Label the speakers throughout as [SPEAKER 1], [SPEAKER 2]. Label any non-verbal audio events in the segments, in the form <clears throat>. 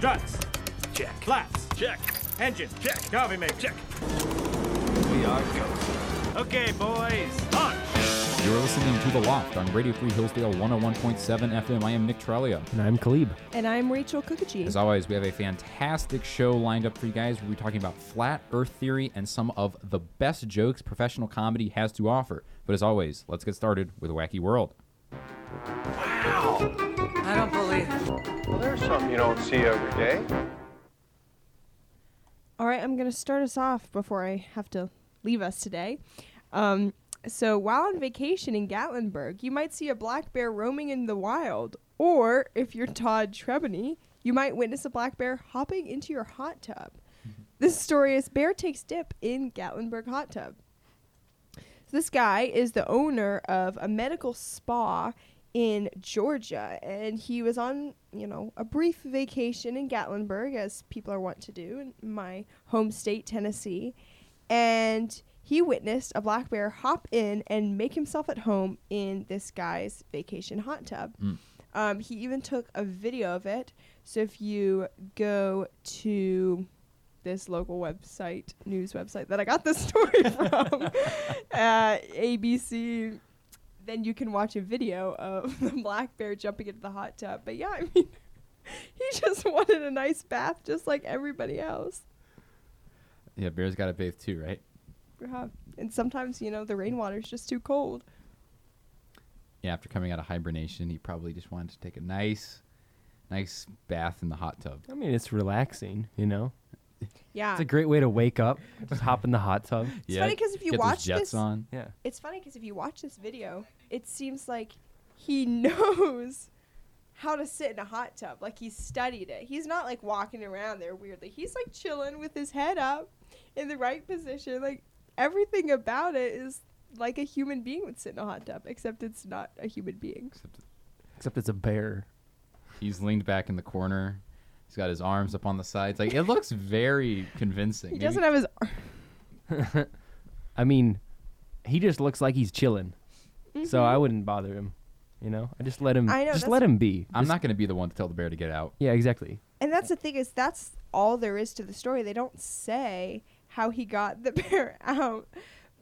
[SPEAKER 1] Guts.
[SPEAKER 2] Check.
[SPEAKER 1] Flaps.
[SPEAKER 2] Check.
[SPEAKER 1] Engine.
[SPEAKER 2] Check.
[SPEAKER 1] Coffee maker.
[SPEAKER 2] Check. We are go. Okay, boys. Launch.
[SPEAKER 3] You're listening to The Loft on Radio Free Hillsdale 101.7 FM. I am Nick Tralio.
[SPEAKER 4] And I'm Khalib.
[SPEAKER 5] And I'm Rachel Kukuchi.
[SPEAKER 3] As always, we have a fantastic show lined up for you guys. We'll be talking about flat earth theory and some of the best jokes professional comedy has to offer. But as always, let's get started with a wacky world.
[SPEAKER 6] I don't believe it.
[SPEAKER 7] There's something you don't see every day.
[SPEAKER 5] All right, I'm going to start us off before I have to leave us today. Um, so, while on vacation in Gatlinburg, you might see a black bear roaming in the wild. Or, if you're Todd Trebony, you might witness a black bear hopping into your hot tub. This story is Bear Takes Dip in Gatlinburg Hot Tub. So this guy is the owner of a medical spa in Georgia, and he was on, you know, a brief vacation in Gatlinburg, as people are wont to do in my home state, Tennessee. And he witnessed a black bear hop in and make himself at home in this guy's vacation hot tub. Um, he even took a video of it. So if you go to this local website, news website that I got this <laughs> story from, uh, ABC, then you can watch a video of <laughs> the black bear jumping into the hot tub. But yeah, <laughs> I mean, he just <laughs> wanted a nice bath just like everybody else.
[SPEAKER 3] Yeah, bears got to bathe too, right?
[SPEAKER 5] Yeah. And sometimes, you know, the rainwater's just too cold.
[SPEAKER 3] Yeah, after coming out of hibernation, he probably just wanted to take a nice, nice bath in the hot tub.
[SPEAKER 4] I mean, it's relaxing, you know?
[SPEAKER 5] Yeah.
[SPEAKER 4] It's a great way to wake up, just hop in the
[SPEAKER 3] <laughs>
[SPEAKER 4] hot tub.
[SPEAKER 5] It's funny 'cause if you
[SPEAKER 3] get those
[SPEAKER 5] watch
[SPEAKER 3] jets
[SPEAKER 5] this-
[SPEAKER 3] on.
[SPEAKER 4] Yeah.
[SPEAKER 5] It's funny because if you watch this video, it seems like he <laughs> knows how to sit in a hot tub. Like he studied it. He's not like walking around there weirdly. He's like chilling with his head up in the right position. Like everything about it is like a human being would sit in a hot tub, except it's not a human being.
[SPEAKER 3] Except
[SPEAKER 4] Except it's a bear.
[SPEAKER 3] he's leaned back in the corner. He's got his arms up on the sides. Like it looks very convincing.
[SPEAKER 5] He
[SPEAKER 3] Maybe-
[SPEAKER 5] doesn't have his.
[SPEAKER 4] I mean, he just looks like he's chilling. So I wouldn't bother him, you know? I just let him
[SPEAKER 5] Mm-hmm. I know,
[SPEAKER 4] just
[SPEAKER 5] that's-
[SPEAKER 4] let him be.
[SPEAKER 3] I'm
[SPEAKER 4] Just-
[SPEAKER 3] not going to be the one to tell the bear to get out.
[SPEAKER 4] Yeah, exactly.
[SPEAKER 5] <laughs> And that's the thing is that's all there is to the story. They don't say how he got the <laughs> bear out,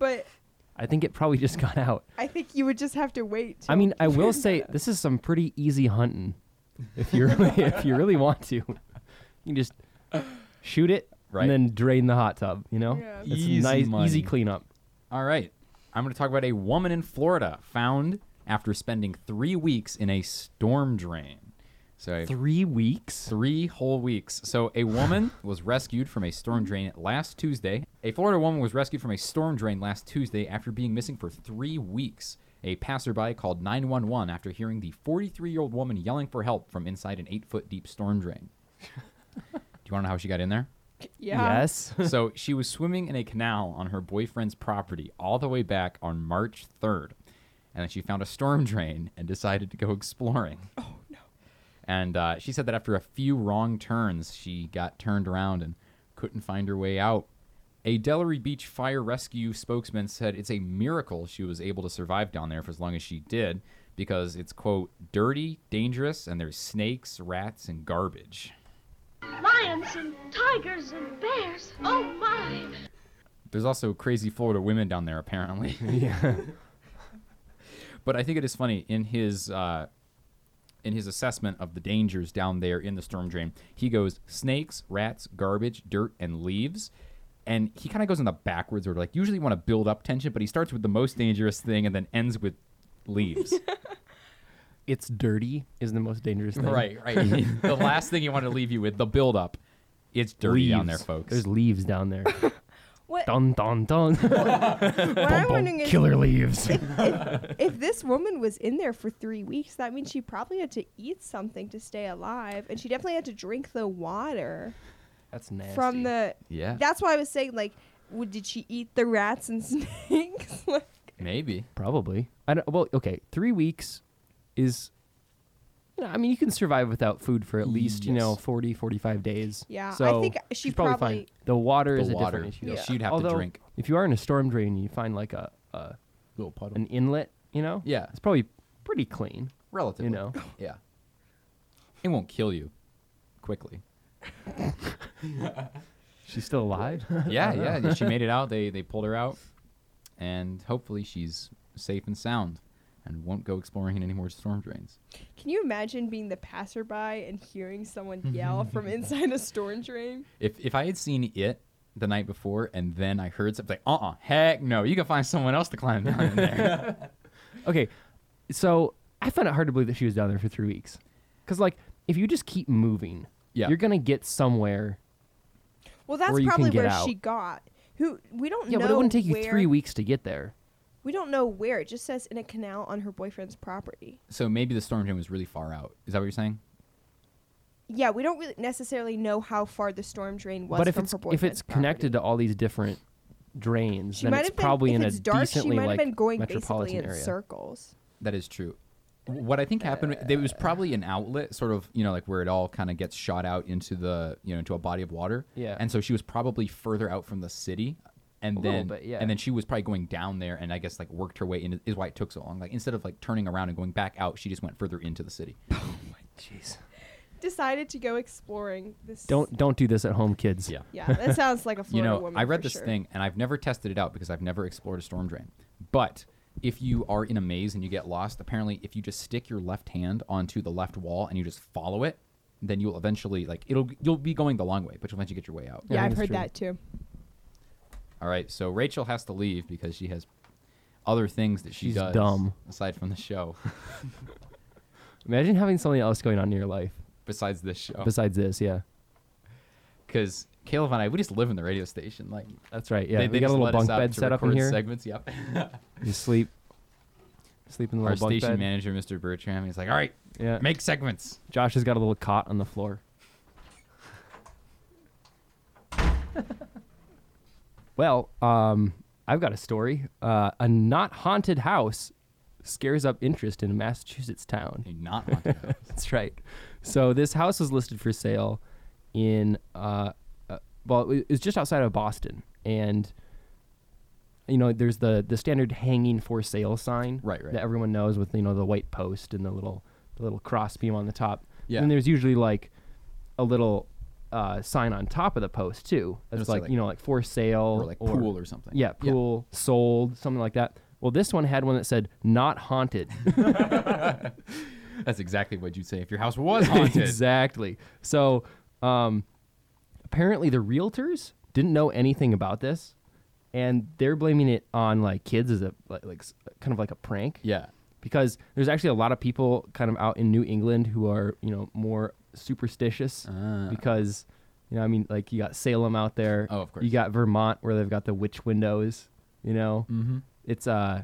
[SPEAKER 5] but
[SPEAKER 4] I think it probably just got
[SPEAKER 5] <laughs>
[SPEAKER 4] out.
[SPEAKER 5] I think you would just have to wait.
[SPEAKER 4] I mean,
[SPEAKER 5] till-
[SPEAKER 4] I will say this is some pretty easy hunting. If you really, <laughs> if you really want to, you can just shoot it
[SPEAKER 3] Right.
[SPEAKER 4] and then drain the hot tub. You know,
[SPEAKER 5] Yeah.
[SPEAKER 4] It's
[SPEAKER 3] Easy
[SPEAKER 4] nice,
[SPEAKER 3] money.
[SPEAKER 4] easy cleanup.
[SPEAKER 3] All right. I'm going to talk about a woman in Florida found after spending three weeks in a storm drain. So a-
[SPEAKER 4] Three weeks.
[SPEAKER 3] three whole weeks. So a woman was rescued from a storm drain last Tuesday. A Florida woman was rescued from a storm drain last Tuesday after being missing for three weeks. A passerby called 911 after hearing the 43 year old woman yelling for help from inside an eight foot deep storm drain. <laughs> Do you want to know how she got in there?
[SPEAKER 5] yeah.
[SPEAKER 4] Yes.
[SPEAKER 3] <laughs> so she was swimming in a canal on her boyfriend's property all the way back on March 3rd. And then she found a storm drain and decided to go exploring. Oh, no. And uh, she said that after a few wrong turns, she got turned around and couldn't find her way out. A Delray Beach fire rescue spokesman said it's a miracle she was able to survive down there for as long as she did because it's, quote, dirty, dangerous, and there's snakes, rats, and garbage.
[SPEAKER 8] lions and tigers and bears. Oh my!
[SPEAKER 3] There's also crazy Florida women down there,
[SPEAKER 4] <laughs>
[SPEAKER 3] apparently. Yeah. <laughs> but I think it is funny in his uh, in his assessment of the dangers down there in the storm drain. He goes snakes, rats, garbage, dirt, and leaves. And he kind of goes in the backwards order. Like usually you want to build up tension, but he starts with the most dangerous thing and then ends with
[SPEAKER 4] <laughs>
[SPEAKER 3] leaves. <laughs>
[SPEAKER 4] it's dirty is the most dangerous thing.
[SPEAKER 3] right. the last thing you want to leave you with, the build up. It's dirty down there,
[SPEAKER 4] Leaves.
[SPEAKER 3] folks.
[SPEAKER 4] There's leaves
[SPEAKER 3] <laughs>
[SPEAKER 4] down there.
[SPEAKER 5] What,
[SPEAKER 4] dun dun dun.
[SPEAKER 5] what
[SPEAKER 4] <laughs>
[SPEAKER 5] I'm wondering is
[SPEAKER 4] Killer leaves.
[SPEAKER 5] if this woman was in there for three weeks, that means she probably had to eat something to stay alive, and she definitely had to drink the water
[SPEAKER 4] <laughs> That's nasty.
[SPEAKER 5] from the.
[SPEAKER 3] Yeah.
[SPEAKER 5] That's why I was saying like, w- did she eat the rats and <laughs> snakes? like,
[SPEAKER 3] Maybe.
[SPEAKER 4] Probably. I don't. Well, okay. Three weeks is. you know, I mean, you can survive without food for at least you know
[SPEAKER 3] Yes.
[SPEAKER 4] 40, 45 days.
[SPEAKER 5] Yeah, I
[SPEAKER 4] So
[SPEAKER 5] think she
[SPEAKER 4] she's probably, fine.
[SPEAKER 5] probably-
[SPEAKER 4] The water
[SPEAKER 3] The
[SPEAKER 4] is a
[SPEAKER 3] water.
[SPEAKER 4] different issue.
[SPEAKER 3] Yeah,
[SPEAKER 5] Yeah.
[SPEAKER 3] She'd have
[SPEAKER 4] Although,
[SPEAKER 3] to drink
[SPEAKER 4] If you are in a storm drain, and you find like a, a
[SPEAKER 3] little puddle.
[SPEAKER 4] an inlet. You know.
[SPEAKER 3] Yeah.
[SPEAKER 4] It's probably pretty clean.
[SPEAKER 3] relatively.
[SPEAKER 4] You know.
[SPEAKER 3] Yeah. It won't kill you quickly.
[SPEAKER 4] She's still alive? <laughs>
[SPEAKER 3] yeah, yeah. She made it out. They they pulled her out, and hopefully she's safe and sound, and won't go exploring in any more storm drains.
[SPEAKER 5] Can you imagine being the passerby and
[SPEAKER 4] <laughs>
[SPEAKER 5] hearing someone yell from inside a storm drain?
[SPEAKER 3] If if I had seen it the night before and then I heard something like, uh, uh heck no, you can find someone else to climb down in there.
[SPEAKER 4] okay, so I found it hard to believe that she was down there for three weeks. Because, like, if you just keep moving,
[SPEAKER 3] Yeah.
[SPEAKER 4] you're going to get somewhere.
[SPEAKER 5] Well, that's
[SPEAKER 4] you can
[SPEAKER 5] probably
[SPEAKER 4] get
[SPEAKER 5] where
[SPEAKER 4] out.
[SPEAKER 5] she got. Who we don't
[SPEAKER 4] Yeah,
[SPEAKER 5] know.
[SPEAKER 4] but it wouldn't take you
[SPEAKER 5] where-
[SPEAKER 4] three weeks to get there.
[SPEAKER 5] We don't know where. It just says in a canal on her boyfriend's property.
[SPEAKER 3] so maybe the storm drain was really far out. Is that what you're saying?
[SPEAKER 5] Yeah, we don't really necessarily know how far the storm drain was
[SPEAKER 4] but if
[SPEAKER 5] from
[SPEAKER 4] it's
[SPEAKER 5] her boyfriend's
[SPEAKER 4] if it's connected to all these different drains,
[SPEAKER 5] she
[SPEAKER 4] then
[SPEAKER 5] might
[SPEAKER 4] it's
[SPEAKER 5] have been,
[SPEAKER 4] probably
[SPEAKER 5] if
[SPEAKER 4] in
[SPEAKER 5] it's
[SPEAKER 4] a
[SPEAKER 5] dark,
[SPEAKER 4] decently
[SPEAKER 5] she might
[SPEAKER 4] like
[SPEAKER 5] have been going
[SPEAKER 4] metropolitan
[SPEAKER 5] basically in
[SPEAKER 4] area.
[SPEAKER 5] circles.
[SPEAKER 3] That is true. What I think happened, there was probably an outlet, sort of, you know, like where it all kind of gets shot out into the, you know, into a body of water.
[SPEAKER 4] Yeah.
[SPEAKER 3] And so she was probably further out from the city, and
[SPEAKER 4] A little
[SPEAKER 3] then,
[SPEAKER 4] bit, yeah.
[SPEAKER 3] and then she was probably going down there, and I guess like worked her way in. Is why it took so long. Like instead of like turning around and going back out, she just went further into the city.
[SPEAKER 4] Jeez,
[SPEAKER 5] Decided to go exploring this.
[SPEAKER 4] don't don't do this at home, kids.
[SPEAKER 3] Yeah.
[SPEAKER 5] Yeah, that
[SPEAKER 4] <laughs>
[SPEAKER 5] sounds like a
[SPEAKER 3] you
[SPEAKER 5] Florida
[SPEAKER 3] know,
[SPEAKER 5] woman.
[SPEAKER 3] I read
[SPEAKER 5] for
[SPEAKER 3] this
[SPEAKER 5] sure.
[SPEAKER 3] thing and I've never tested it out because I've never explored a storm drain. But if you are in a maze and you get lost, apparently if you just stick your left hand onto the left wall and you just follow it, then you'll eventually like it'll you'll be going the long way, but you'll eventually get your way out.
[SPEAKER 4] Yeah,
[SPEAKER 5] Yeah,
[SPEAKER 4] I
[SPEAKER 5] I've
[SPEAKER 4] think
[SPEAKER 5] heard
[SPEAKER 4] it's
[SPEAKER 5] that too.
[SPEAKER 3] All right, so Rachel has to leave because she has other things that she
[SPEAKER 4] She's
[SPEAKER 3] does
[SPEAKER 4] dumb.
[SPEAKER 3] aside from the show, <laughs>
[SPEAKER 4] Imagine having something else going on in your life
[SPEAKER 3] besides this show.
[SPEAKER 4] besides this. Yeah,
[SPEAKER 3] Because Caleb and I, we just live in the radio station. Like uh,
[SPEAKER 4] that's right. Yeah,
[SPEAKER 3] they,
[SPEAKER 4] we
[SPEAKER 3] they
[SPEAKER 4] got
[SPEAKER 3] just
[SPEAKER 4] a little
[SPEAKER 3] let us
[SPEAKER 4] bunk
[SPEAKER 3] out
[SPEAKER 4] bed
[SPEAKER 3] to
[SPEAKER 4] set up in
[SPEAKER 3] record
[SPEAKER 4] here.
[SPEAKER 3] Segments, yep.
[SPEAKER 4] You sleep, sleep in the
[SPEAKER 3] Our
[SPEAKER 4] little bunk
[SPEAKER 3] station
[SPEAKER 4] bed.
[SPEAKER 3] manager, Mr. Bertram, he's like, "All right,
[SPEAKER 4] Yeah,
[SPEAKER 3] make segments."
[SPEAKER 4] Josh has got a little cot on the floor. well, um, I've got a story. Uh, a not haunted house scares up interest in a Massachusetts town.
[SPEAKER 3] You're not haunted house.
[SPEAKER 4] <laughs> That's right. So this house was listed for sale in, uh, uh, well, it was just outside of Boston, and you know, there's the the standard hanging for sale sign,
[SPEAKER 3] Right, right.
[SPEAKER 4] that everyone knows with you know the white post and the little the little cross beam on the top.
[SPEAKER 3] Yeah.
[SPEAKER 4] And there's usually like a little uh, sign on top of the post too.
[SPEAKER 3] It'll
[SPEAKER 4] That's
[SPEAKER 3] say,
[SPEAKER 4] like,
[SPEAKER 3] like-
[SPEAKER 4] you know like for sale
[SPEAKER 3] or like pool or something.
[SPEAKER 4] yeah pool sold something like that. Well, this one had one that said not haunted.
[SPEAKER 3] That's exactly what you'd say if your house
[SPEAKER 4] <laughs>
[SPEAKER 3] was haunted.
[SPEAKER 4] exactly. So um, apparently the realtors didn't know anything about this, and they're blaming it on like kids as a like, like s- kind of like a prank.
[SPEAKER 3] Yeah.
[SPEAKER 4] Because there's actually a lot of people kind of out in New England who are you know more superstitious
[SPEAKER 3] Ah.
[SPEAKER 4] because you know I mean like you got Salem out there.
[SPEAKER 3] Oh, of course.
[SPEAKER 4] You got Vermont where they've got the witch windows. You know
[SPEAKER 3] Mm-hmm.
[SPEAKER 4] it's uh,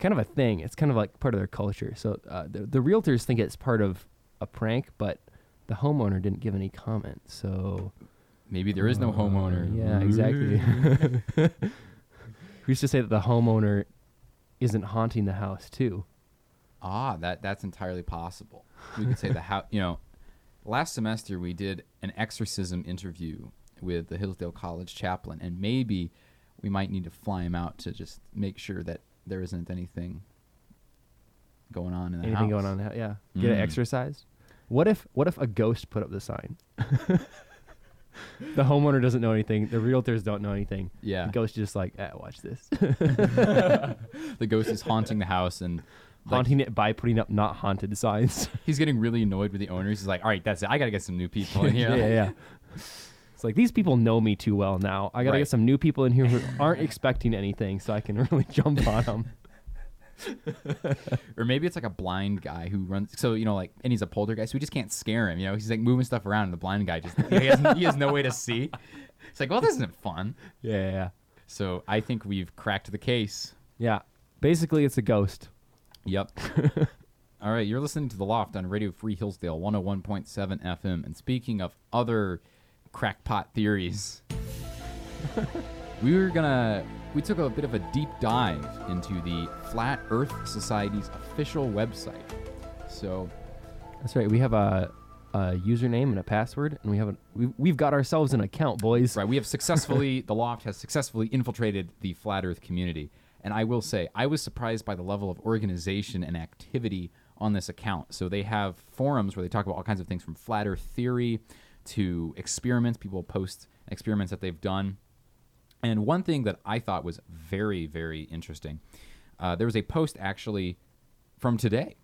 [SPEAKER 4] kind of a thing. It's kind of like part of their culture. So uh, the, the realtors think it's part of a prank, but the homeowner didn't give any comment. So
[SPEAKER 3] Maybe there is no homeowner.
[SPEAKER 4] Oh, yeah, exactly. <laughs> Who's to say that the homeowner isn't haunting the house too?
[SPEAKER 3] Ah, that that's entirely possible. We could say the house. You know, last semester we did an exorcism interview with the Hillsdale College chaplain, and maybe we might need to fly him out to just make sure that there isn't anything going on in the
[SPEAKER 4] Anything
[SPEAKER 3] house.
[SPEAKER 4] going on? in the hou- Yeah, get it
[SPEAKER 3] Mm.
[SPEAKER 4] exercised. What if what if a ghost put up the sign? <laughs> the homeowner doesn't know anything. The realtors don't know anything.
[SPEAKER 3] Yeah.
[SPEAKER 4] the ghost is just like, eh, watch
[SPEAKER 3] <laughs>
[SPEAKER 4] this, <laughs>
[SPEAKER 3] The ghost is haunting the house, and like,
[SPEAKER 4] haunting it by putting up not haunted
[SPEAKER 3] <laughs>
[SPEAKER 4] signs.
[SPEAKER 3] he's getting really annoyed with the owners. He's like, "All right, that's it. I gotta get some new people in here."
[SPEAKER 4] <laughs> yeah, yeah, yeah. It's like these people know me too well now. I gotta
[SPEAKER 3] Right.
[SPEAKER 4] get some new people in
[SPEAKER 3] <laughs>
[SPEAKER 4] here who aren't expecting anything, so I can <laughs> really jump on them.
[SPEAKER 3] or maybe it's like a blind guy who runs. So you know, like, and he's a poltergeist, so we just can't scare him. You know, he's like moving stuff around, and the blind guy just he has, he has no way to see. It's like, well, this isn't fun.
[SPEAKER 4] Yeah, yeah, yeah,
[SPEAKER 3] So I think we've cracked the case.
[SPEAKER 4] yeah. Basically, it's a ghost.
[SPEAKER 3] Yep. All right, you're listening to The Loft on Radio Free Hillsdale 101.7 FM. And speaking of other crackpot theories, we were gonna. We took a bit of a deep dive into the Flat Earth Society's official website. So,
[SPEAKER 4] That's right. We have a, a username and a password, and we have a, we, we've got ourselves an account, boys.
[SPEAKER 3] Right. We have successfully, the Loft has successfully infiltrated the flat Earth community. And I will say, I was surprised by the level of organization and activity on this account. So they have forums where they talk about all kinds of things from flat Earth theory to experiments. People post experiments that they've done. And one thing that I thought was very, very interesting uh, there was a post actually from today,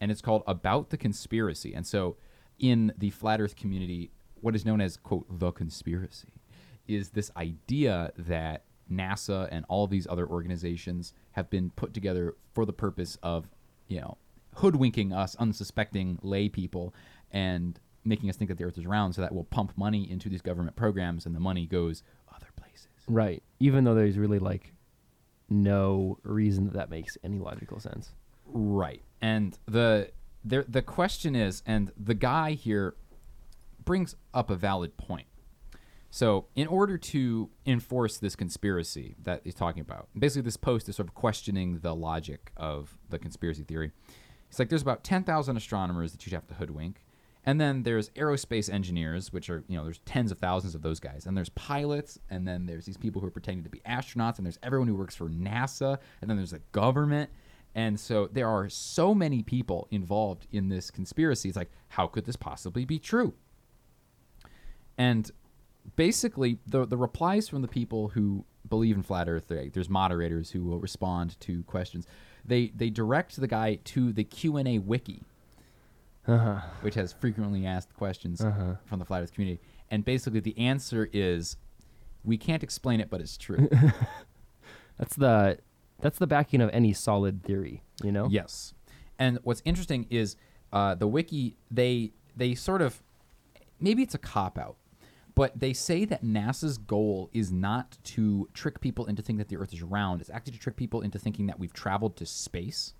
[SPEAKER 3] and it's called About the Conspiracy. And so, in the flat earth community, what is known as, quote, the conspiracy is this idea that NASA and all these other organizations have been put together for the purpose of, you know, hoodwinking us unsuspecting lay people and making us think that the earth is round so that will pump money into these government programs and the money goes other places.
[SPEAKER 4] Right. Even though there's really like no reason that that makes any logical sense.
[SPEAKER 3] Right. And the there the question is, and the guy here brings up a valid point. So, in order to enforce this conspiracy that he's talking about, basically this post is sort of questioning the logic of the conspiracy theory. It's like there's about 10,000 astronomers that you'd have to hoodwink. And then there's aerospace engineers, which are, you know, there's tens of thousands of those guys. And there's pilots, and then there's these people who are pretending to be astronauts, and there's everyone who works for NASA, and then there's the government. And so there are so many people involved in this conspiracy. It's like, how could this possibly be true? And basically, the the replies from the people who believe in flat Earth, there- there's moderators who will respond to questions. They they direct the guy to the Q and A wiki, which has frequently asked questions from the flat Earth community. And basically, the answer is, we can't explain it, but it's true.
[SPEAKER 4] That's the that's the backing of any solid theory, you know?
[SPEAKER 3] Yes, and what's interesting is uh, the wiki. They they sort of maybe it's a cop out, but they say that NASA's goal is not to trick people into thinking that the Earth is round. It's actually to trick people into thinking that we've traveled to space,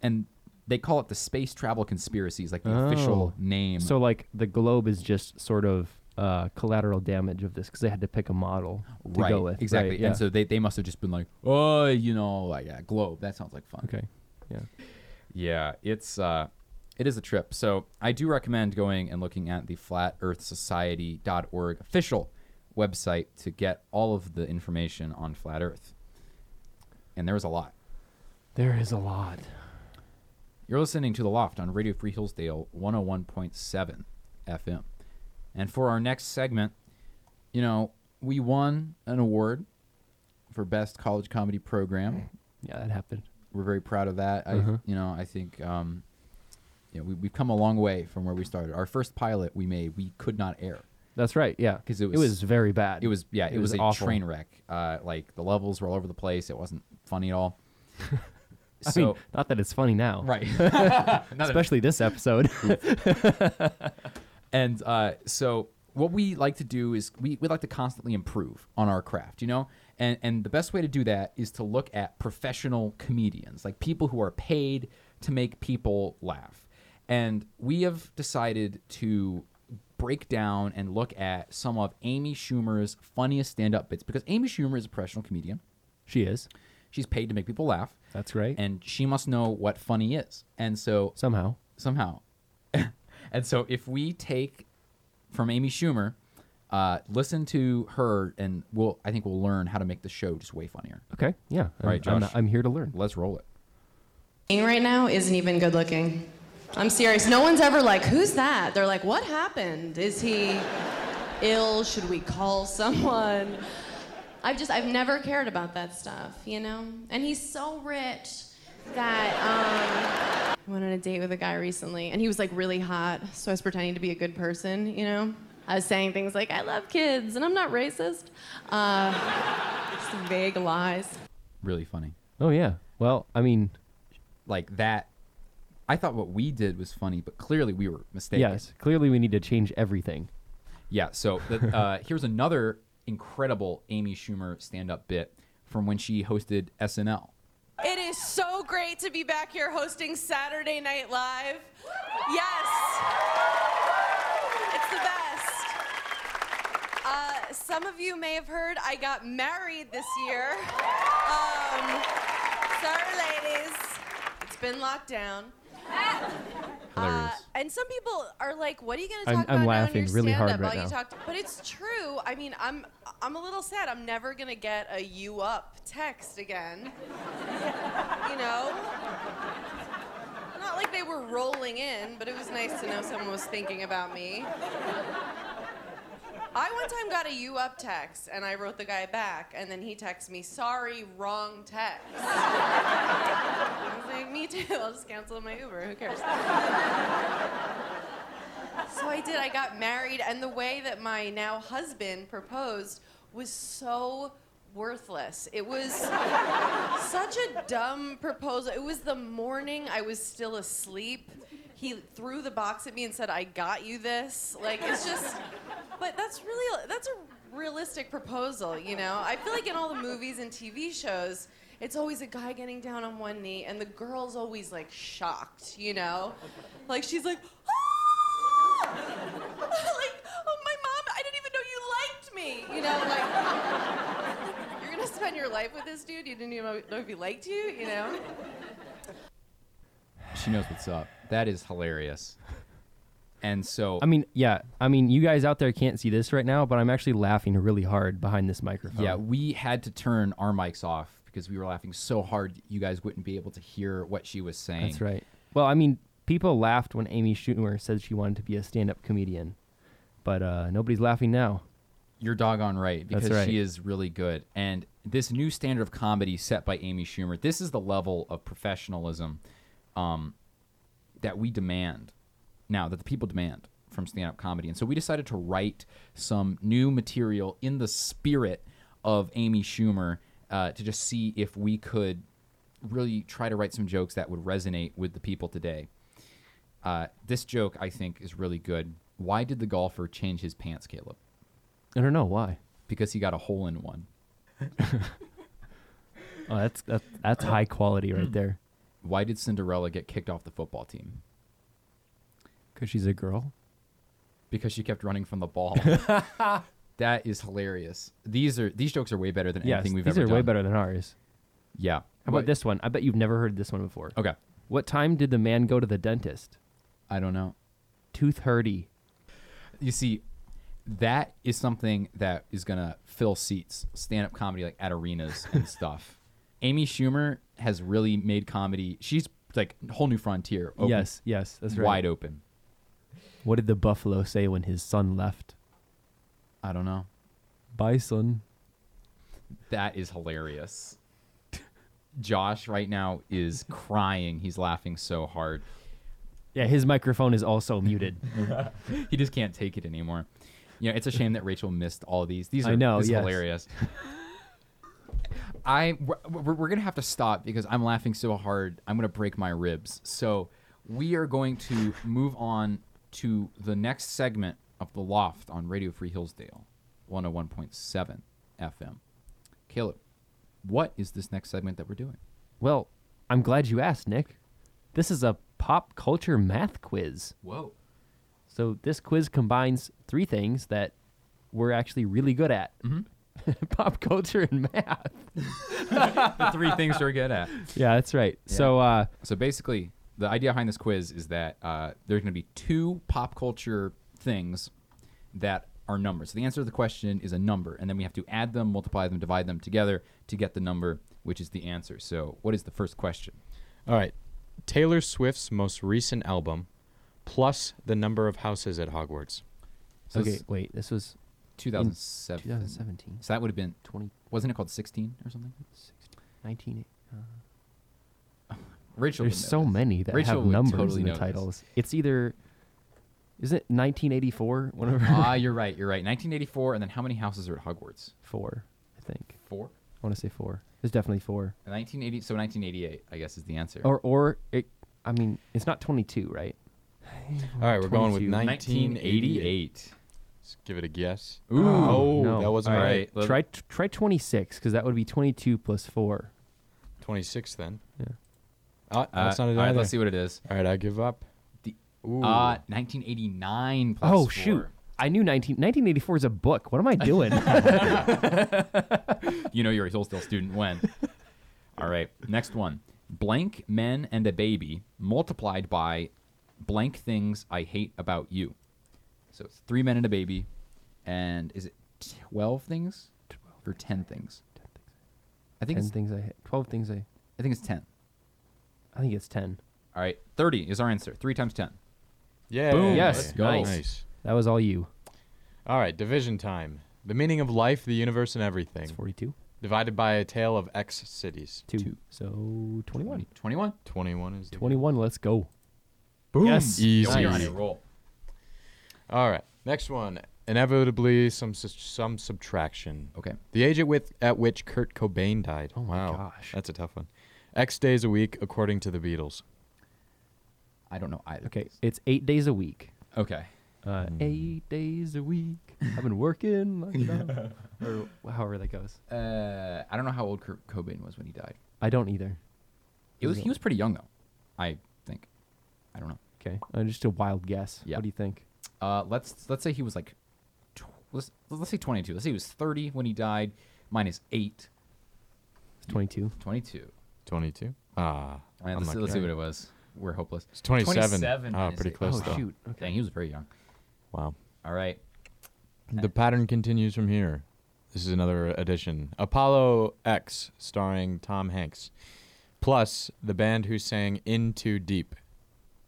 [SPEAKER 3] and they call it the space travel conspiracy. Is like the official
[SPEAKER 4] Oh.
[SPEAKER 3] name.
[SPEAKER 4] So like the globe is just sort of uh, collateral damage of this because they had to pick a model to
[SPEAKER 3] right,
[SPEAKER 4] go with.
[SPEAKER 3] exactly.
[SPEAKER 4] Right, yeah.
[SPEAKER 3] And so they, they must have just been like, oh, you know, like yeah, globe. That sounds like fun.
[SPEAKER 4] okay, yeah,
[SPEAKER 3] Yeah, it's uh it is a trip. So I do recommend going and looking at the flatearthsociety.org official website to get all of the information on flat earth. And there is a lot.
[SPEAKER 4] there is a lot.
[SPEAKER 3] You're listening to The Loft on Radio Free Hillsdale 101.7 FM. And for our next segment, you know, we won an award for best college comedy program
[SPEAKER 4] Yeah, that happened.
[SPEAKER 3] we're very proud of that. I,
[SPEAKER 4] Mm-hmm.
[SPEAKER 3] you know, I think, um, you know, we, we've come a long way from where we started. Our first pilot we made, we could not air.
[SPEAKER 4] That's right. Yeah,
[SPEAKER 3] 'Cause it
[SPEAKER 4] it
[SPEAKER 3] was-
[SPEAKER 4] was very bad.
[SPEAKER 3] It was, yeah, it, was, a
[SPEAKER 4] awful.
[SPEAKER 3] train wreck. Uh, like the levels were all over the place. It wasn't funny at all.
[SPEAKER 4] <laughs> I
[SPEAKER 3] so,
[SPEAKER 4] mean, not that it's funny now,
[SPEAKER 3] right. <laughs>
[SPEAKER 4] Especially this episode.
[SPEAKER 3] And uh, so what we like to do is we, we like to constantly improve on our craft, you know? And, and the best way to do that is to look at professional comedians, like people who are paid to make people laugh. And we have decided to break down and look at some of Amy Schumer's funniest stand up bits because Amy Schumer is a professional comedian.
[SPEAKER 4] she is
[SPEAKER 3] She's paid to make people laugh.
[SPEAKER 4] That's right.
[SPEAKER 3] And she must know what funny is. And so
[SPEAKER 4] somehow.
[SPEAKER 3] somehow. <laughs> and so if we take from Amy Schumer, uh, listen to her, and we'll I think we'll learn how to make the show just way funnier.
[SPEAKER 4] Okay, yeah, I'm-
[SPEAKER 3] Right,
[SPEAKER 4] I'm,
[SPEAKER 3] Josh.
[SPEAKER 4] I'm here to learn.
[SPEAKER 3] Let's roll it.
[SPEAKER 1] right now isn't even good looking. I'm serious. No one's ever like, who's that? They're like, what happened? Is he ill? Should we call someone? I've just, I've never cared about that stuff, you know? And he's so rich that, um, I went on a date with a guy recently and he was like really hot, so I was pretending to be a good person, you know? I was saying things like, I love kids and I'm not racist. Uh, just vague lies.
[SPEAKER 3] Really funny.
[SPEAKER 4] Oh yeah. Well, I mean,
[SPEAKER 3] Like that. I thought what we did was funny, but clearly we were mistaken.
[SPEAKER 4] yes. Clearly, we need to change everything.
[SPEAKER 3] Yeah. So the, uh, here's another incredible Amy Schumer stand-up bit from when she hosted SNL.
[SPEAKER 1] It is so great to be back here hosting Saturday Night Live. Yes. It's the best. Uh, some of you may have heard I got married this year. Um, sorry, ladies. It's been locked down. Uh,
[SPEAKER 3] Hilarious.
[SPEAKER 1] And some people are like, "What are you going to
[SPEAKER 4] I'm-
[SPEAKER 1] talk about
[SPEAKER 4] I'm
[SPEAKER 1] now in
[SPEAKER 4] laughing
[SPEAKER 1] your
[SPEAKER 4] really hard
[SPEAKER 1] stand-up?
[SPEAKER 4] right
[SPEAKER 1] All you
[SPEAKER 4] now.
[SPEAKER 1] talked- But it's true. I mean, I'm I'm a little sad. I'm never going to get a "you <laughs> up" text again. you know. And Not like they were rolling in, but it was nice to know someone was thinking about me. I one time got a you up text and I wrote the guy back and then he texted me, sorry, wrong text. <laughs> I was like, me too, I'll just cancel my Uber, who cares? So I did. I got married, and the way that my now husband proposed was so worthless. It was such a dumb proposal. It was the morning I was still asleep. He threw the box at me and said, "I got you this." Like it's just but that's really that's a realistic proposal, you know. I feel like in all the movies and TV shows, it's always a guy getting down on one knee and the girl's always like shocked, you know? Like she's like, "Ah!" <laughs> like, oh my mom, I didn't even know you liked me. You know, like you're gonna spend your life with this dude, you didn't even know if he liked you, you know?
[SPEAKER 3] She knows what's up. That is hilarious. And so
[SPEAKER 4] I mean, yeah. I mean, you guys out there can't see this right now, but I'm actually laughing really hard behind this microphone.
[SPEAKER 3] Yeah, we had to turn our mics off because we were laughing so hard you guys wouldn't be able to hear what she was saying.
[SPEAKER 4] That's right. Well, I mean, people laughed when Amy Schumer said she wanted to be a stand-up comedian, but uh, nobody's laughing now.
[SPEAKER 3] You're doggone right
[SPEAKER 4] That's
[SPEAKER 3] because
[SPEAKER 4] right.
[SPEAKER 3] she is really good. And this new standard of comedy set by Amy Schumer, this is the level of professionalism um, that we demand now, that the people demand from stand up comedy. And so we decided to write some new material in the spirit of Amy Schumer uh, to just see if we could really try to write some jokes that would resonate with the people today. Uh, this joke, I think, is really good. Why did the golfer change his pants, Caleb?
[SPEAKER 4] I don't know why.
[SPEAKER 3] because he got a hole in one.
[SPEAKER 4] Oh, that's that's, <clears throat> that's high quality right there.
[SPEAKER 3] Why did Cinderella get kicked off the football team?
[SPEAKER 4] Cause she's a girl.
[SPEAKER 3] Because she kept running from the
[SPEAKER 4] <laughs>
[SPEAKER 3] ball. that is hilarious. These are these jokes are way better than
[SPEAKER 4] Yes,
[SPEAKER 3] anything we've
[SPEAKER 4] these
[SPEAKER 3] ever
[SPEAKER 4] are
[SPEAKER 3] done.
[SPEAKER 4] way better than ours.
[SPEAKER 3] Yeah.
[SPEAKER 4] How about this one? I bet you've never heard this one before.
[SPEAKER 3] Okay.
[SPEAKER 4] What time did the man go to the dentist?
[SPEAKER 3] I don't know.
[SPEAKER 4] Tooth hurdy.
[SPEAKER 3] You see, that is something that is gonna fill seats, stand up comedy like at arenas
[SPEAKER 4] <laughs>
[SPEAKER 3] and stuff. Amy Schumer has really made comedy. She's like whole new frontier. Open,
[SPEAKER 4] Yes, yes, that's right.
[SPEAKER 3] Wide open.
[SPEAKER 4] What did the buffalo say when his son left?
[SPEAKER 3] I don't know.
[SPEAKER 4] Bye, son.
[SPEAKER 3] That is hilarious. Josh right now is crying. He's laughing so hard.
[SPEAKER 4] Yeah, his microphone is also <laughs> muted.
[SPEAKER 3] He just can't take it anymore. You know, it's a shame that Rachel missed all these. These are
[SPEAKER 4] I know,
[SPEAKER 3] this is
[SPEAKER 4] yes.
[SPEAKER 3] hilarious. I we're, we're gonna have to stop because I'm laughing so hard. I'm gonna break my ribs. So we are going to move on to the next segment of the Loft on Radio Free Hillsdale, 101.7 FM. Caleb, what is this next segment that we're doing?
[SPEAKER 4] Well, I'm glad you asked, Nick. This is a pop culture math quiz.
[SPEAKER 3] Whoa.
[SPEAKER 4] So this quiz combines three things that we're actually really good at.
[SPEAKER 3] Mm-hmm.
[SPEAKER 4] <laughs> pop culture and math.
[SPEAKER 3] the three things we're good at.
[SPEAKER 4] Yeah, that's right. So uh
[SPEAKER 3] So basically, the idea behind this quiz is that uh, there's going to be two pop culture things that are numbers. So the answer to the question is a number, and then we have to add them, multiply them, divide them together to get the number, which is the answer. So what is the first question?
[SPEAKER 6] All right. Taylor Swift's most recent album, plus the number of houses at Hogwarts.
[SPEAKER 3] So
[SPEAKER 4] okay,
[SPEAKER 3] this is
[SPEAKER 4] wait, this was
[SPEAKER 3] 2007.
[SPEAKER 4] 2017.
[SPEAKER 3] So that would have been
[SPEAKER 4] 20,
[SPEAKER 3] wasn't it called 16 or something?
[SPEAKER 4] 19. uh,
[SPEAKER 3] Rachel. would
[SPEAKER 4] There's
[SPEAKER 3] know
[SPEAKER 4] so <laughs>
[SPEAKER 3] this.
[SPEAKER 4] many that
[SPEAKER 3] Rachel
[SPEAKER 4] have
[SPEAKER 3] would
[SPEAKER 4] numbers
[SPEAKER 3] totally
[SPEAKER 4] in
[SPEAKER 3] know
[SPEAKER 4] the
[SPEAKER 3] this.
[SPEAKER 4] titles. It's either is it 1984? One
[SPEAKER 3] <laughs>
[SPEAKER 4] of our
[SPEAKER 3] Ah, you're right. You're right. 1984, and then how many houses are at Hogwarts?
[SPEAKER 4] four, I think.
[SPEAKER 3] Four.
[SPEAKER 4] I want to say four. There's definitely four.
[SPEAKER 3] 1980. So 1988, I guess, is the answer.
[SPEAKER 4] Or or it. I mean, it's not 22, right?
[SPEAKER 6] All right, we're going with
[SPEAKER 4] 22.
[SPEAKER 6] 1988. Let's give it a guess. Ooh,
[SPEAKER 4] No.
[SPEAKER 6] that wasn't
[SPEAKER 3] Oh, All
[SPEAKER 6] right.
[SPEAKER 3] right. Let-
[SPEAKER 4] Try t- try 26 because that would be 22 plus four.
[SPEAKER 6] 26 then.
[SPEAKER 4] Yeah.
[SPEAKER 6] Ah,
[SPEAKER 3] Uh,
[SPEAKER 6] that's not it
[SPEAKER 3] all right,
[SPEAKER 6] either.
[SPEAKER 3] let's see what it is.
[SPEAKER 6] All right, I give up.
[SPEAKER 3] The-
[SPEAKER 6] Ooh.
[SPEAKER 3] Uh, 1989 plus
[SPEAKER 4] oh
[SPEAKER 3] four.
[SPEAKER 4] shoot! I knew 19 1984 is a book. What am <laughs> I doing?
[SPEAKER 3] You know you're a Hillsdale student
[SPEAKER 4] <laughs>
[SPEAKER 3] when. All right, next one. Blank men and a baby multiplied by blank things I hate about you. So it's three men and a baby, and is it 12 things or 10 things? I think,
[SPEAKER 4] Ten
[SPEAKER 3] it's,
[SPEAKER 4] things I hate. Twelve things I.
[SPEAKER 3] I think it's 10.
[SPEAKER 4] I think it's ten.
[SPEAKER 3] All right, 30 is our answer. 3 times 10.
[SPEAKER 6] Yeah.
[SPEAKER 3] Boom.
[SPEAKER 4] Yes,
[SPEAKER 6] Go.
[SPEAKER 4] nice.
[SPEAKER 6] Nice.
[SPEAKER 4] That was all you.
[SPEAKER 6] All right, division time. The meaning of life, the universe, and everything.
[SPEAKER 4] It's 42.
[SPEAKER 6] Divided by a tale of X cities.
[SPEAKER 4] Two. So 21.
[SPEAKER 3] 21.
[SPEAKER 6] 21 is the-
[SPEAKER 4] 21. Let's go.
[SPEAKER 3] Boom.
[SPEAKER 4] Yes.
[SPEAKER 6] Easy.
[SPEAKER 3] Yo, you're on a roll.
[SPEAKER 6] All right, next one. Inevitably, some sus- some subtraction.
[SPEAKER 3] Okay.
[SPEAKER 6] The age at, with, at which Kurt Cobain died. Oh
[SPEAKER 4] my
[SPEAKER 6] wow.
[SPEAKER 4] gosh.
[SPEAKER 6] That's a tough one. X days a week, according to the Beatles.
[SPEAKER 3] I don't know either.
[SPEAKER 4] Okay. It's eight days a week.
[SPEAKER 3] Okay.
[SPEAKER 4] Uh,
[SPEAKER 6] Hmm.
[SPEAKER 4] Eight days a week. I've been working.
[SPEAKER 6] <laughs>
[SPEAKER 4] Like a dog. or however that goes.
[SPEAKER 3] Uh, I don't know how old Kurt Cobain was when he died.
[SPEAKER 4] I don't either.
[SPEAKER 3] It was he was pretty young though. I think. I don't know.
[SPEAKER 4] Okay. Uh, just a wild guess.
[SPEAKER 3] Yeah.
[SPEAKER 4] What do you think?
[SPEAKER 3] Uh, let's let's say he was like, tw- let's let's say 22. Let's say he was 30 when he died. Minus eight,
[SPEAKER 4] It's 22.
[SPEAKER 3] 22.
[SPEAKER 6] 22. Ah.
[SPEAKER 3] I mean,
[SPEAKER 6] I'm
[SPEAKER 3] let's,
[SPEAKER 6] not
[SPEAKER 3] let's see
[SPEAKER 6] good.
[SPEAKER 3] what it was. We're hopeless.
[SPEAKER 6] It's 27. Ah,
[SPEAKER 3] minus
[SPEAKER 6] pretty
[SPEAKER 3] eight.
[SPEAKER 6] close
[SPEAKER 4] Oh,
[SPEAKER 6] though.
[SPEAKER 4] shoot. Okay.
[SPEAKER 3] Dang, he was very young.
[SPEAKER 6] Wow.
[SPEAKER 3] All right.
[SPEAKER 6] The pattern continues from here. This is another edition. Apollo X, starring Tom Hanks, plus the band who sang Into Deep.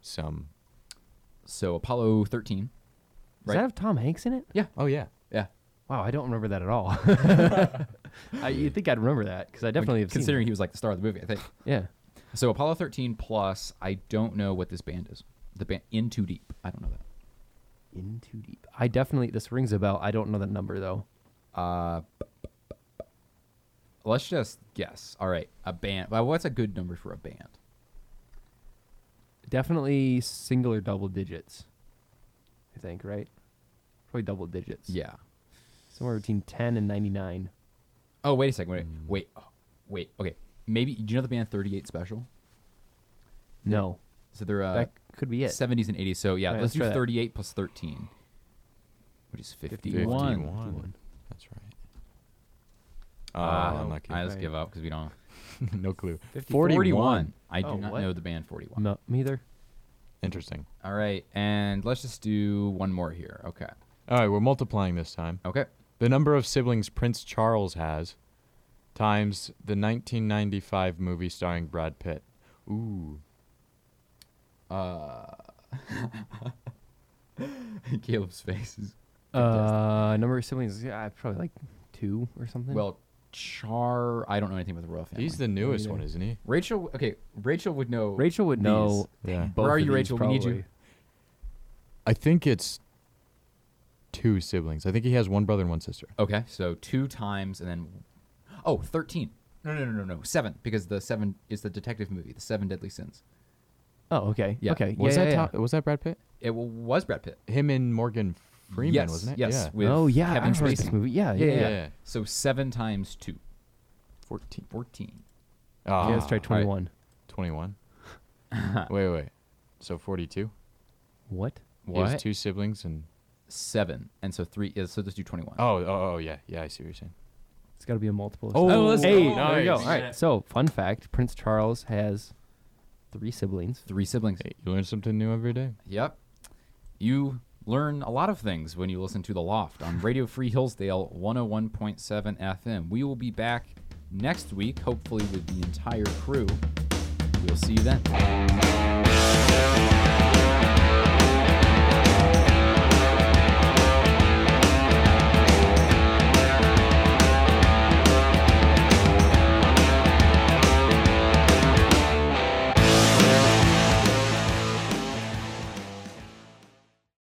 [SPEAKER 6] Some.
[SPEAKER 3] So Apollo 13.
[SPEAKER 4] Does
[SPEAKER 3] Right.
[SPEAKER 4] that have Tom Hanks in it?
[SPEAKER 6] Oh yeah.
[SPEAKER 3] Yeah.
[SPEAKER 4] Wow, I don't remember that
[SPEAKER 3] <laughs>
[SPEAKER 4] at all. <laughs> I, you'd think I'd remember that because I definitely have
[SPEAKER 3] Considering
[SPEAKER 4] seen
[SPEAKER 3] he was like the star of the movie, I
[SPEAKER 6] <laughs>
[SPEAKER 3] think.
[SPEAKER 4] that. Yeah.
[SPEAKER 3] So Apollo 13 plus. I don't know what this band is. The band In Too Deep. I don't know that.
[SPEAKER 4] In too deep. I definitely, this rings a bell. I don't know that number though.
[SPEAKER 3] Let's just guess. All right, a band. Well, what's a good number for a band?
[SPEAKER 4] Definitely single or double digits, I think, right? Probably double digits.
[SPEAKER 3] Yeah.
[SPEAKER 4] Somewhere between 10 and 99.
[SPEAKER 3] Oh wait a second. Wait.
[SPEAKER 4] Hmm.
[SPEAKER 3] Wait. oh, wait. Okay. Maybe. Do you know the band 38 Special?
[SPEAKER 4] No.
[SPEAKER 3] So they're uh,
[SPEAKER 4] that could be it.
[SPEAKER 3] 70s and 80s. So yeah,
[SPEAKER 4] Alright,
[SPEAKER 3] let's
[SPEAKER 4] let's
[SPEAKER 3] do
[SPEAKER 4] try that.
[SPEAKER 3] 38 plus 13, which is 51.
[SPEAKER 6] 51. That's right. Ah,
[SPEAKER 3] Ah,
[SPEAKER 6] unlucky.
[SPEAKER 3] I just
[SPEAKER 4] Oh, Right.
[SPEAKER 3] give up because we don't.
[SPEAKER 6] <laughs> no clue.
[SPEAKER 3] 41. I do
[SPEAKER 4] Oh,
[SPEAKER 3] not
[SPEAKER 4] what?
[SPEAKER 3] know the band 41.
[SPEAKER 4] No, me either.
[SPEAKER 6] Interesting.
[SPEAKER 3] All right, and let's just do one more here. Okay.
[SPEAKER 6] All right, we're multiplying this time.
[SPEAKER 3] Okay. <laughs>
[SPEAKER 6] The number of siblings Prince Charles has times the 1995 movie starring Brad Pitt. Ooh.
[SPEAKER 3] Caleb's face is
[SPEAKER 4] Uh, number of siblings, yeah, probably like two or something.
[SPEAKER 3] well. Char. I don't know anything about the royal family.
[SPEAKER 6] He's the newest one, isn't he?
[SPEAKER 3] Rachel. Okay, Rachel would know.
[SPEAKER 4] Rachel would
[SPEAKER 3] these.
[SPEAKER 4] know.
[SPEAKER 6] Yeah.
[SPEAKER 4] Both
[SPEAKER 3] Where are
[SPEAKER 4] of
[SPEAKER 3] you,
[SPEAKER 4] these,
[SPEAKER 3] Rachel? We need you.
[SPEAKER 4] probably.
[SPEAKER 6] I think it's two siblings. I think he has one brother and one sister.
[SPEAKER 3] Okay, so two times and then, oh, 13. No, no, no, no, no, seven because the seven is the detective movie, the Seven Deadly Sins.
[SPEAKER 4] Oh, okay.
[SPEAKER 3] Yeah.
[SPEAKER 4] Okay.
[SPEAKER 6] Was
[SPEAKER 4] yeah,
[SPEAKER 6] that
[SPEAKER 4] yeah, yeah.
[SPEAKER 6] Tom- was that Brad Pitt?
[SPEAKER 3] It w- was Brad Pitt.
[SPEAKER 6] Him and Morgan Freeman,
[SPEAKER 3] yes,
[SPEAKER 6] wasn't it?
[SPEAKER 3] Yes.
[SPEAKER 6] Yeah.
[SPEAKER 3] With
[SPEAKER 4] oh yeah,
[SPEAKER 3] Kevin
[SPEAKER 4] I remember
[SPEAKER 3] Spacey.
[SPEAKER 4] this movie. Yeah,
[SPEAKER 3] Yeah, yeah, yeah.
[SPEAKER 6] yeah.
[SPEAKER 3] So seven times two.
[SPEAKER 6] 14.
[SPEAKER 3] 14.
[SPEAKER 6] Ah,
[SPEAKER 4] Yeah, let's try
[SPEAKER 6] all right.
[SPEAKER 4] 21.
[SPEAKER 6] 21.
[SPEAKER 3] <laughs>
[SPEAKER 6] wait, wait, wait. So 42?
[SPEAKER 4] What?
[SPEAKER 6] He has
[SPEAKER 3] What?
[SPEAKER 6] two siblings and
[SPEAKER 3] Seven. And so three is, so just do 21.
[SPEAKER 6] Oh, oh, oh, yeah, yeah. I see what you're saying.
[SPEAKER 4] It's got to be a multiple. of
[SPEAKER 3] Oh,
[SPEAKER 4] seven.
[SPEAKER 3] let's
[SPEAKER 4] Hey,
[SPEAKER 3] go.
[SPEAKER 4] there you go.
[SPEAKER 6] Nice.
[SPEAKER 4] All right. So, fun fact: Prince Charles has three siblings.
[SPEAKER 3] Three siblings.
[SPEAKER 6] Hey, you learn something new every day.
[SPEAKER 3] Yep. You learn a lot of things when you listen to The Loft on Radio Free Hillsdale 101.7 FM. We will be back next week, hopefully with the entire crew. We'll see you then.